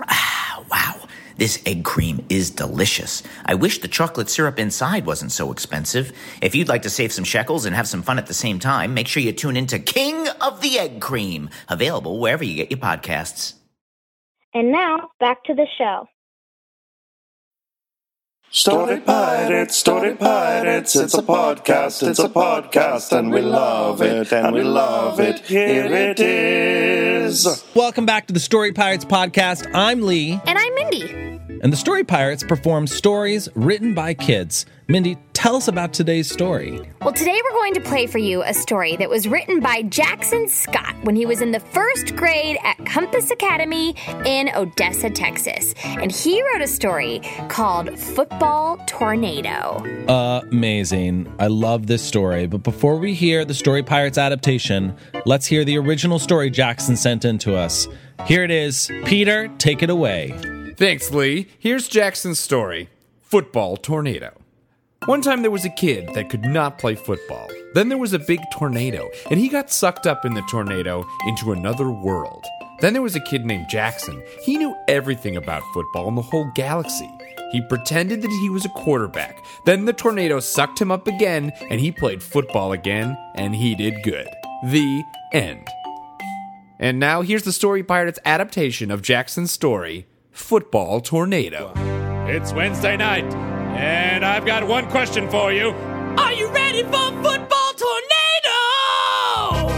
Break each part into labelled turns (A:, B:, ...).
A: Ah, Wow, this egg cream is delicious. I wish the chocolate syrup inside wasn't so expensive. If you'd like to save some shekels and have some fun at the same time, make sure you tune in to King of the Egg Cream, available wherever you get your podcasts.
B: And now back to the show.
C: Story Pirates, Story Pirates, it's a podcast, it's a podcast, and we love it, and we love it. Here it is.
D: Welcome back to the Story Pirates podcast. I'm Lee,
E: And I'm Mindy.
D: and the Story Pirates perform stories written by kids. Mindy, tell us about today's story.
E: Well, today we're going to play for you a story that was written by Jackson Scott when he was in the first grade at Compass Academy in Odessa, Texas. And he wrote a story called Football Tornado.
D: Amazing. I love this story. But before we hear the Story Pirates adaptation, let's hear the original story Jackson sent in to us. Here it is. Peter, take it away.
F: Thanks, Lee. Here's Jackson's story Football Tornado. One time there was a kid that could not play football. Then there was a big tornado, and he got sucked up in the tornado into another world. Then there was a kid named Jackson. He knew everything about football and the whole galaxy. He pretended that he was a quarterback. Then the tornado sucked him up again, and he played football again, and he did good. The end. And now here's the Story Pirates adaptation of Jackson's story, Football Tornado.
G: It's Wednesday night, and I've got one question for you. Are you ready for Football Tornado?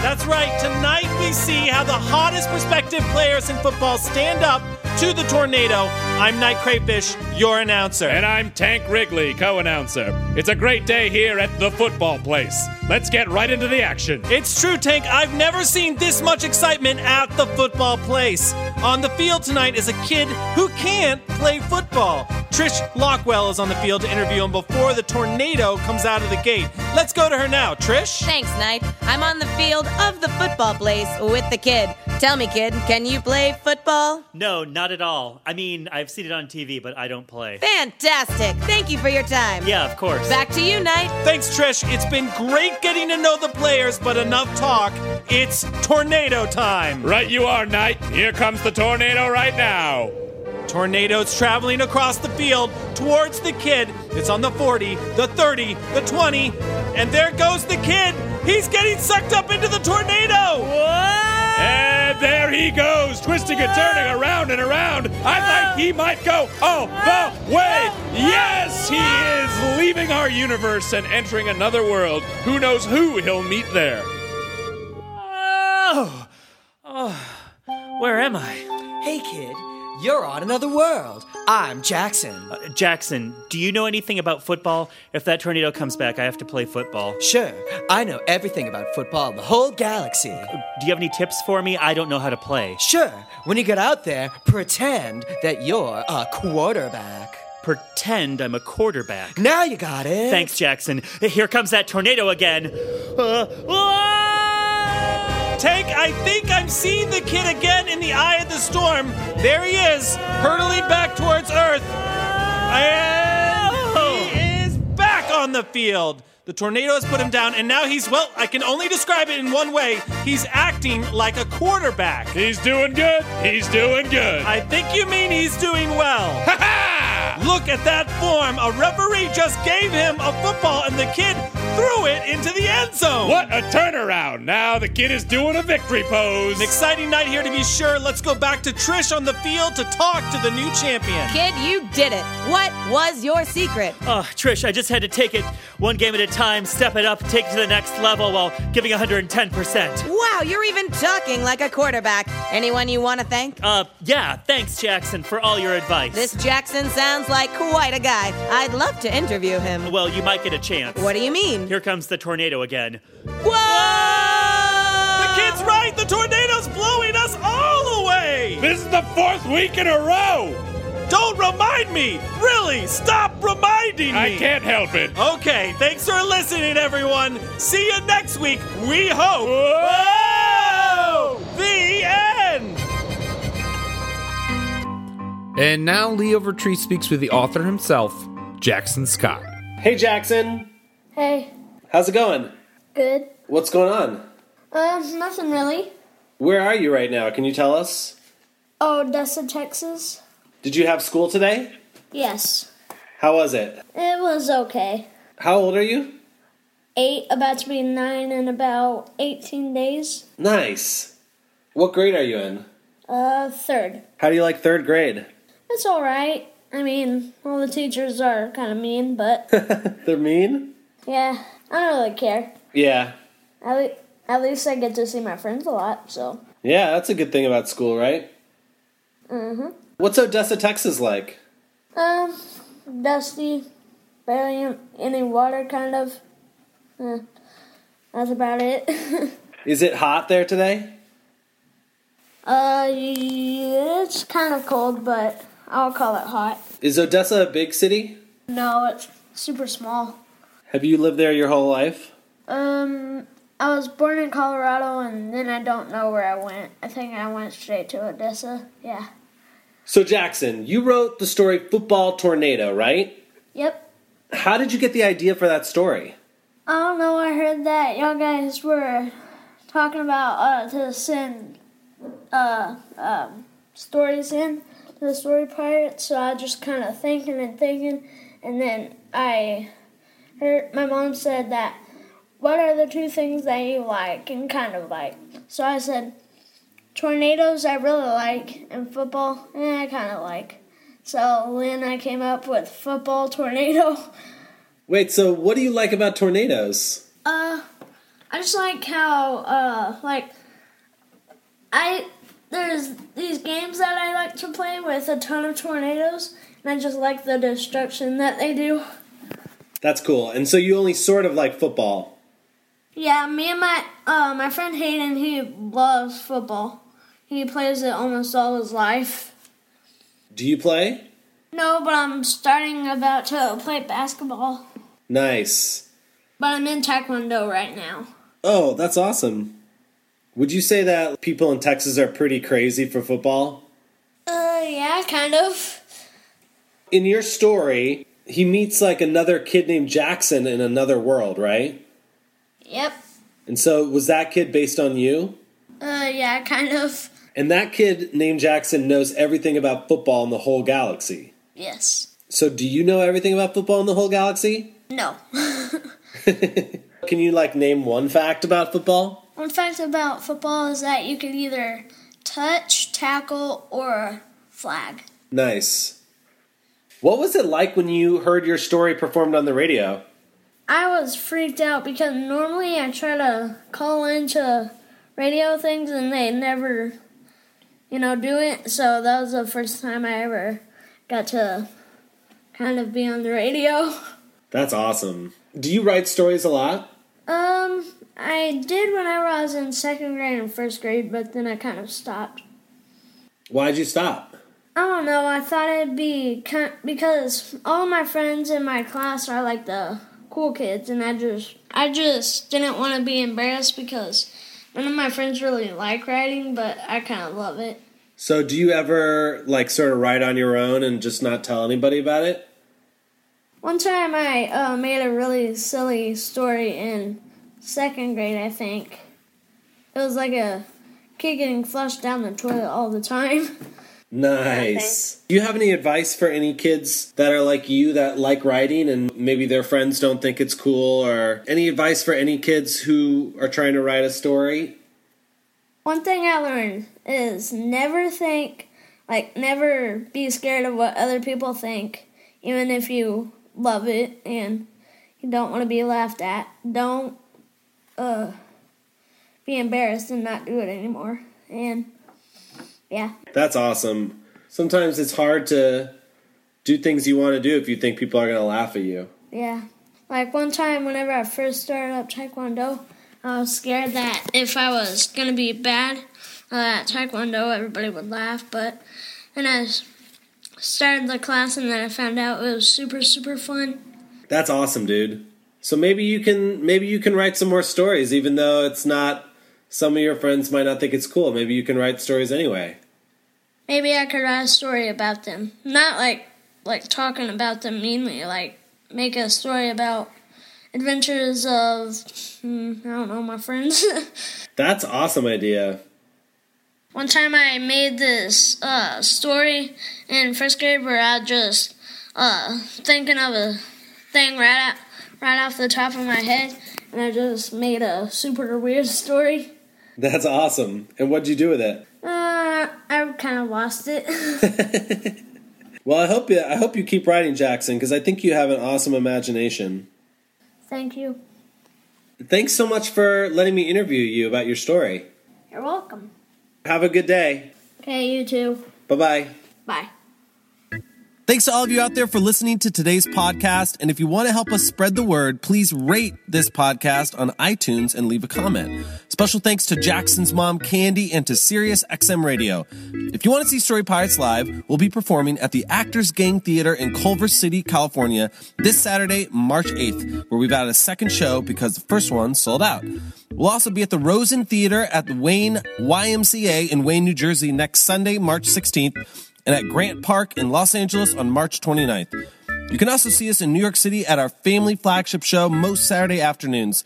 H: That's right. Tonight we see how the hottest prospective players in football stand up to the tornado. I'm Night Crayfish, your announcer.
G: And I'm Tank Wrigley, co announcer. It's a great day here at the football place. Let's get right into the action.
H: It's true, Tank. I've never seen this much excitement at the football place. On the field tonight is a kid who can't play football. Trish Lockwell is on the field to interview him before the tornado comes out of the gate. Let's go to her now, Trish.
I: Thanks, Knight. I'm on the field of the football place with the kid. Tell me, kid, can you play football?
J: No, not at all. I mean, I've seen it on TV, but I don't play.
I: Fantastic. Thank you for your time.
J: Yeah, of course.
I: Back to you, Knight.
H: Thanks, Trish. It's been great getting to know the players, but enough talk. It's tornado time.
G: Right, you are, Knight. Here comes the tornado right now.
H: Tornadoes traveling across the field towards the kid. It's on the 40, the 30, the 20, and there goes the kid. He's getting sucked up into the tornado.
G: And there he goes, twisting and turning around and around. I think he might go all the way. Yes, he is leaving our universe and entering another world. Who knows who he'll meet there?
J: Oh, oh, where am I?
K: Hey, kid, You're on another world. I'm Jackson.
J: Uh, Jackson, do you know anything about football? If that tornado comes back, I have to play football.
K: Sure, I know everything about football, the whole galaxy.
J: Do you have any tips for me? I don't know how to play.
K: Sure, when you get out there, pretend that you're a quarterback.
J: Pretend I'm a quarterback.
K: Now you got it.
J: Thanks, Jackson. Here comes that tornado again. Uh,
L: ah! Tank, I think I'm seeing the kid again in the eye of the storm. There he is, hurtling back towards Earth. And he is back on the field. The tornado has put him down, and now he's, well, I can only describe it in one way. He's acting like a quarterback.
G: He's doing good. He's doing good.
L: I think you mean he's doing well.
G: Ha ha!
L: Look at that form. A referee just gave him a football, and the kid threw it into the end zone.
G: What a turnaround! Now the kid is doing a victory pose.
L: An exciting night here to be sure. Let's go back to Trish on the field to talk to the new champion.
E: Kid, you did it. What was your secret?
J: Oh, Trish, I just had to take it one game at a time, step it up, take it to the next level while giving 110%.
E: Wow, you're even talking like a quarterback. Anyone you want to thank?
J: Uh, yeah, thanks, Jackson, for all your advice.
E: This Jackson sounds like quite a guy. I'd love to interview him.
J: Well, you might get a chance.
E: What do you mean?
J: Here comes the tornado again.
L: Whoa! The kid's right! The tornado's blowing us all away!
G: This is the fourth week in a row!
L: Don't remind me! Really, stop reminding me!
G: I can't help it.
L: Okay, thanks for listening, everyone. See you next week, we hope. Whoa! The end!
M: And now Leo Vertree speaks with the author himself, Jackson Scott.
D: Hey, Jackson.
N: Hey,
D: How's it going?
N: good.
D: What's going on?
N: Um, nothing really.
D: Where are you right now? Can you tell us?
N: Oh, Odessa, Texas?
D: Did you have school today?
N: Yes.
D: How was it?
N: It was okay.
D: How old are you?
N: Eight, about to be nine in about 18 days.
D: Nice. What grade are you in?
N: Uh, third.
D: How do you like third grade?
N: It's alright. I mean, all the teachers are kind of mean, but
D: They're mean?
N: yeah, I don't really care.
D: Yeah.
N: At, le- at least I get to see my friends a lot, so.
D: Yeah, that's a good thing about school, right?
N: Mhm.
D: What's Odessa, Texas like?
N: Um, dusty, barely an- any water, kind of. Eh, that's about it.
D: Is it hot there today?
N: uh, yeah, it's kind of cold, but I'll call it hot.
D: Is Odessa a big city?
N: No, it's super small.
D: Have you lived there your whole life?
N: Um, I was born in Colorado, and then I don't know where I went. I think I went straight to Odessa. Yeah.
D: So, Jackson, you wrote the story Football Tornado, right?
N: Yep.
D: How did you get the idea for that story?
N: I don't know. I heard that y'all guys were talking about uh to send uh um stories in to the story pirates. So I just kind of thinking and thinking, and then I heard my mom said that what are the two things that you like and kind of like. So I said tornadoes I really like and football eh, I kind of like. So then I came up with football tornado.
D: Wait, so what do you like about tornadoes?
N: Uh, I just like how, uh, like, I, there's these games that I like to play with a ton of tornadoes, and I just like the destruction that they do.
D: That's cool. And so you only sort of like football.
N: Yeah, me and my, uh, my friend Hayden, he loves football. He plays it almost all his life.
D: Do you play?
N: No, but I'm starting about to play basketball.
D: Nice.
N: But I'm in Taekwondo right now.
D: Oh, that's awesome. Would you say that people in Texas are pretty crazy for football?
N: Uh, yeah, kind of.
D: In your story, he meets like another kid named Jackson in another world, right?
N: Yep.
D: And so was that kid based on you?
N: Uh, yeah, kind of.
D: And that kid named Jackson knows everything about football in the whole galaxy.
N: Yes.
D: So do you know everything about football in the whole galaxy?
N: No.
D: Can you like name one fact about football?
N: One fact about football is that you can either touch, tackle, or flag.
D: Nice. What was it like when you heard your story performed on the radio?
N: I was freaked out because normally I try to call into radio things and they never you know, do it. So that was the first time I ever got to kind of be on the radio.
O: That's awesome. Do you write stories a lot?
N: Um, I did whenever I was in second grade and first grade, but then I kind of stopped.
O: Why'd you stop?
N: I don't know. I thought it'd be kind because all my friends in my class are like the cool kids, and I just I just didn't want to be embarrassed because none of my friends really like writing, but I kind of love it.
O: So, do you ever like sort of write on your own and just not tell anybody about it?
N: One time I uh, made a really silly story in second grade, I think. It was like a kid getting flushed down the toilet all the time.
O: Nice. Do you have any advice for any kids that are like you that like writing and maybe their friends don't think it's cool or any advice for any kids who are trying to write a story?
N: One thing I learned is never think, like, never be scared of what other people think, even if you love it and you don't want to be laughed at. Don't uh, be embarrassed and not do it anymore. And yeah.
O: That's awesome. Sometimes it's hard to do things you want to do if you think people are going to laugh at you.
N: Yeah. Like one time, whenever I first started up Taekwondo, I was scared that if I was going to be bad uh, at Taekwondo, everybody would laugh. But then I s- started the class and then I found out it was super, super fun.
O: That's awesome, dude. So maybe you can maybe you can write some more stories even though it's not some of your friends might not think it's cool. Maybe you can write stories anyway.
N: Maybe I could write a story about them. Not like like talking about them meanly, like make a story about adventures of, hmm, I don't know, my friends.
O: That's awesome idea.
N: One time I made this uh, story in first grade where I just uh, thinking of a thing right out, right off the top of my head, and I just made a super weird story.
O: That's awesome. And what'd you do with it?
N: Uh, I kind of lost it.
O: Well, I hope you I hope you keep writing Jackson because I think you have an awesome imagination.
N: Thank you.
O: Thanks so much for letting me interview you about your story.
N: You're welcome.
O: Have a good day.
N: Okay, you too.
O: Bye-bye.
N: Bye.
D: Thanks to all of you out there for listening to today's podcast. And if you want to help us spread the word, please rate this podcast on iTunes and leave a comment. Special thanks to Jackson's mom, Candy, and to Sirius XM Radio. If you want to see Story Pirates live, we'll be performing at the Actors Gang Theater in Culver City, California this Saturday, March 8th, where we've added a second show because the first one sold out. We'll also be at the Rosen Theater at the Wayne YMCA in Wayne, New Jersey next Sunday, March 16th and at Grant Park in Los Angeles on March 29th. You can also see us in New York City at our family flagship show most Saturday afternoons.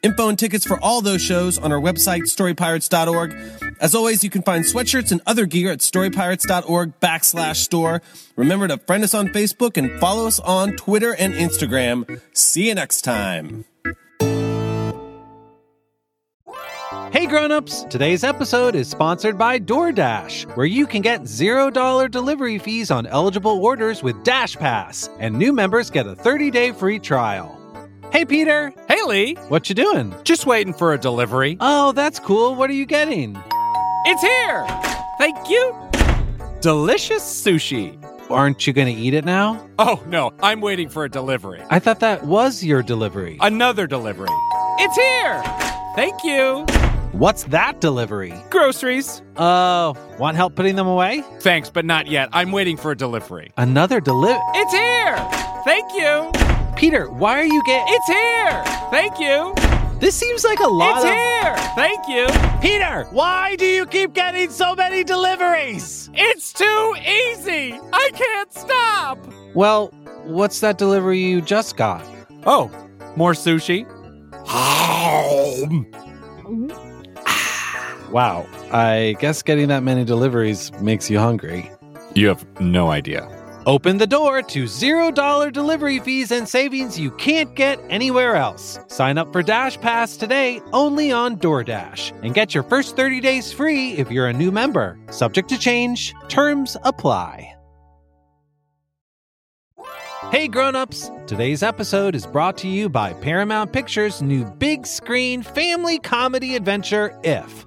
D: Info and tickets for all those shows on our website, storypirates.org. As always, you can find sweatshirts and other gear at storypirates.org backslash store. Remember to friend us on Facebook and follow us on Twitter and Instagram. See you next time.
K: Hey grown-ups, today's episode is sponsored by DoorDash, where you can get $0 delivery fees on eligible orders with Dash Pass, and new members get a 30-day free trial. Hey Peter,
G: Hey Lee,
K: what you doing?
G: Just waiting for a delivery.
K: Oh, that's cool. What are you getting?
G: It's here! Thank you! Delicious sushi.
K: Aren't you going to eat it now?
G: Oh no, I'm waiting for a delivery.
K: I thought that was your delivery.
G: Another delivery. It's here! Thank you!
K: What's that delivery?
G: Groceries.
K: Oh, want help putting them away?
G: Thanks, but not yet. I'm waiting for a delivery.
K: Another delivery.
G: It's here! Thank you!
K: Peter, why are you getting
G: It's here! Thank you!
K: This seems like a lot
G: It's
K: of
G: here! Thank you!
K: Peter, why do you keep getting so many deliveries?
G: It's too easy! I can't stop!
K: Well, what's that delivery you just got?
G: Oh, more sushi?
K: Mm-hmm. Wow, I guess getting that many deliveries makes you hungry.
G: You have no idea.
K: Open the door to $0 delivery fees and savings you can't get anywhere else. Sign up for Dash Pass today only on DoorDash and get your first 30 days free if you're a new member. Subject to change, terms apply. Hey grown-ups, today's episode is brought to you by Paramount Pictures' new big screen family comedy adventure If.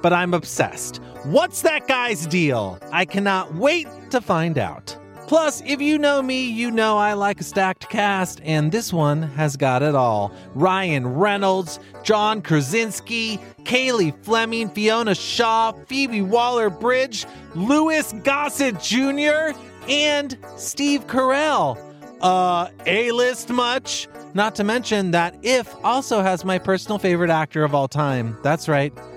D: but I'm obsessed. What's that guy's deal? I cannot wait to find out. Plus, if you know me, you know I like a stacked cast, and this one has got it all. Ryan Reynolds, John Krasinski, Kaylee Fleming, Fiona Shaw, Phoebe Waller Bridge, Louis Gossett Jr., and Steve Carell. Uh, A list much? Not to mention that If also has my personal favorite actor of all time. That's right,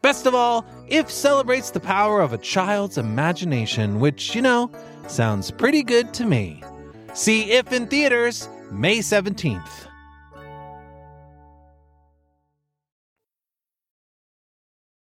D: Best of all, IF celebrates the power of a child's imagination, which, you know, sounds pretty good to me. See IF in theaters May 17th.